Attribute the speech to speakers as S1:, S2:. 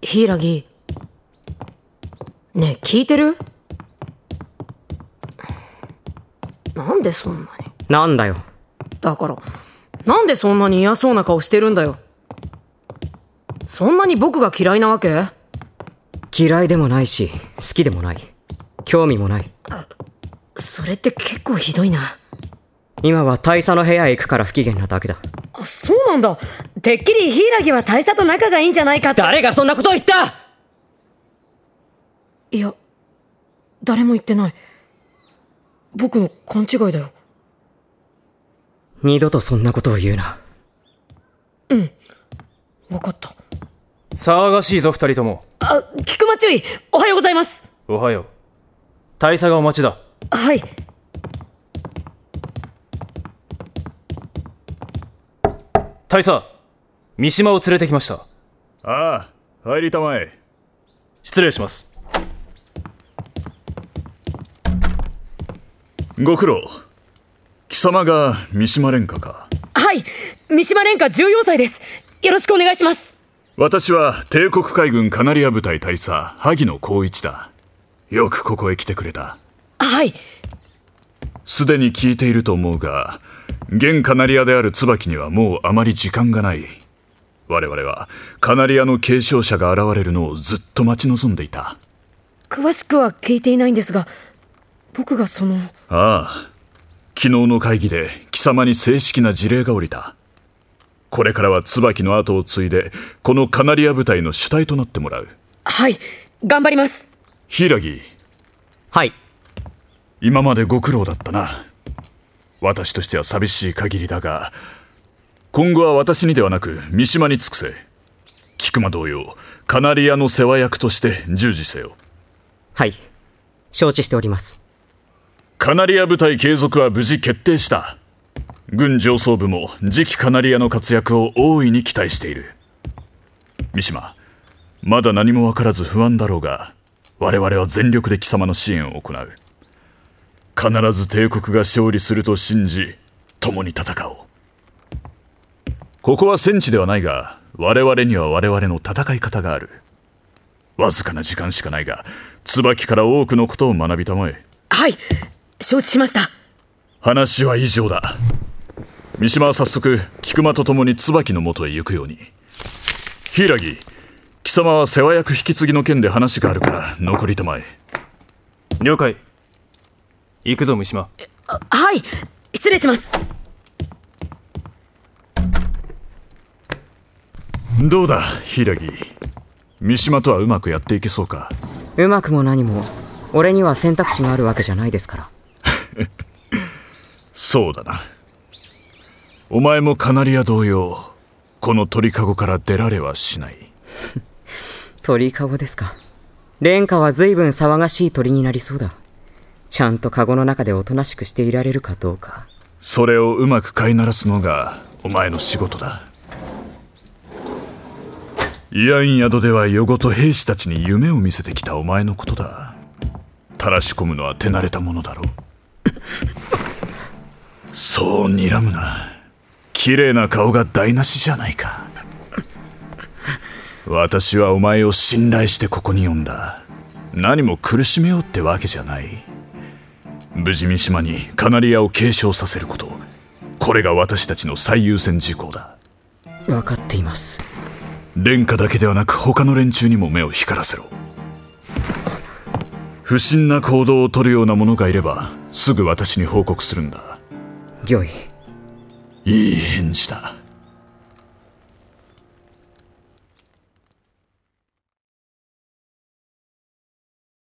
S1: 柊ねえ聞いてるなんでそんなに
S2: なんだよ。
S1: だからなんでそんなに嫌そうな顔してるんだよそんなに僕が嫌いなわけ
S2: 嫌いでもないし、好きでもない。興味もない。
S1: それって結構ひどいな
S2: 今は大佐の部屋へ行くから不機嫌なだけだ。
S1: あそうなんだてっきり柊は大佐と仲がいいんじゃないかって
S2: 誰がそんなことを言った
S1: いや誰も言ってない僕の勘違いだよ
S2: 二度とそんなことを言うな。
S1: 分かった
S3: 騒がしいぞ二人とも
S1: あ菊間注意おはようございます
S3: おはよう大佐がお待ちだ
S1: はい
S3: 大佐三島を連れてきました
S4: ああ、入りたまえ。
S3: 失礼します
S4: ご苦労。貴様が三島蓮華か。
S1: はい三島蓮華14歳ですよろしくお願いします
S4: 私は帝国海軍カナリア部隊大佐、萩野光一だ。よくここへ来てくれた。
S1: はい
S4: すでに聞いていると思うが、現カナリアである椿にはもうあまり時間がない。我々はカナリアの継承者が現れるのをずっと待ち望んでいた。
S1: 詳しくは聞いていないんですが僕がその
S4: ああ昨日の会議で貴様に正式な辞令が降りたこれからは椿の後を継いでこのカナリア部隊の主体となってもらう
S1: はい頑張ります
S4: 柊
S2: はい。
S4: 今までご苦労だったな私としては寂しい限りだが今後は私にではなく三島に尽くせ菊間同様カナリアの世話役として従事せよ
S2: はい。承知しております。
S4: カナリア部隊継続は無事決定した軍上層部も次期カナリアの活躍を大いに期待している三島まだ何も分からず不安だろうが我々は全力で貴様の支援を行う必ず帝国が勝利すると信じ共に戦おうここは戦地ではないが我々には我々の戦い方があるわずかな時間しかないが椿から多くのことを学びたまえ
S1: はい承知しました
S4: 話は以上だ三島は早速菊間と共に椿の元へ行くように柊貴様は世話役引き継ぎの件で話があるから残りたまえ
S3: 了解行くぞ三島
S1: はい失礼します
S4: どうだ柊三島とはうまくやっていけそうか
S2: うまくも何も、俺には選択肢があるわけじゃないですから。
S4: そうだなお前もカナリア同様この鳥かごから出られはしない
S2: 鳥かごですか。蓮華は随分騒がしい鳥になりそうだ。ちゃんとカゴの中でおとなしくしていられるかどうか。
S4: それをうまく飼いならすのがお前の仕事だ慰安宿では夜ごと兵士たちに夢を見せてきたお前のことだ垂らし込むのは手慣れたものだろうそう睨むな綺麗な顔が台無しじゃないか私はお前を信頼してここに呼んだ何も苦しめようってわけじゃない無事三島にカナリアを継承させることこれが私たちの最優先事項だ
S2: わかっています。
S4: 廉価だけではなく他の連中にも目を光らせろ不審な行動をとるような者がいればすぐ私に報告するんだ
S2: 御意。
S4: いい返事だ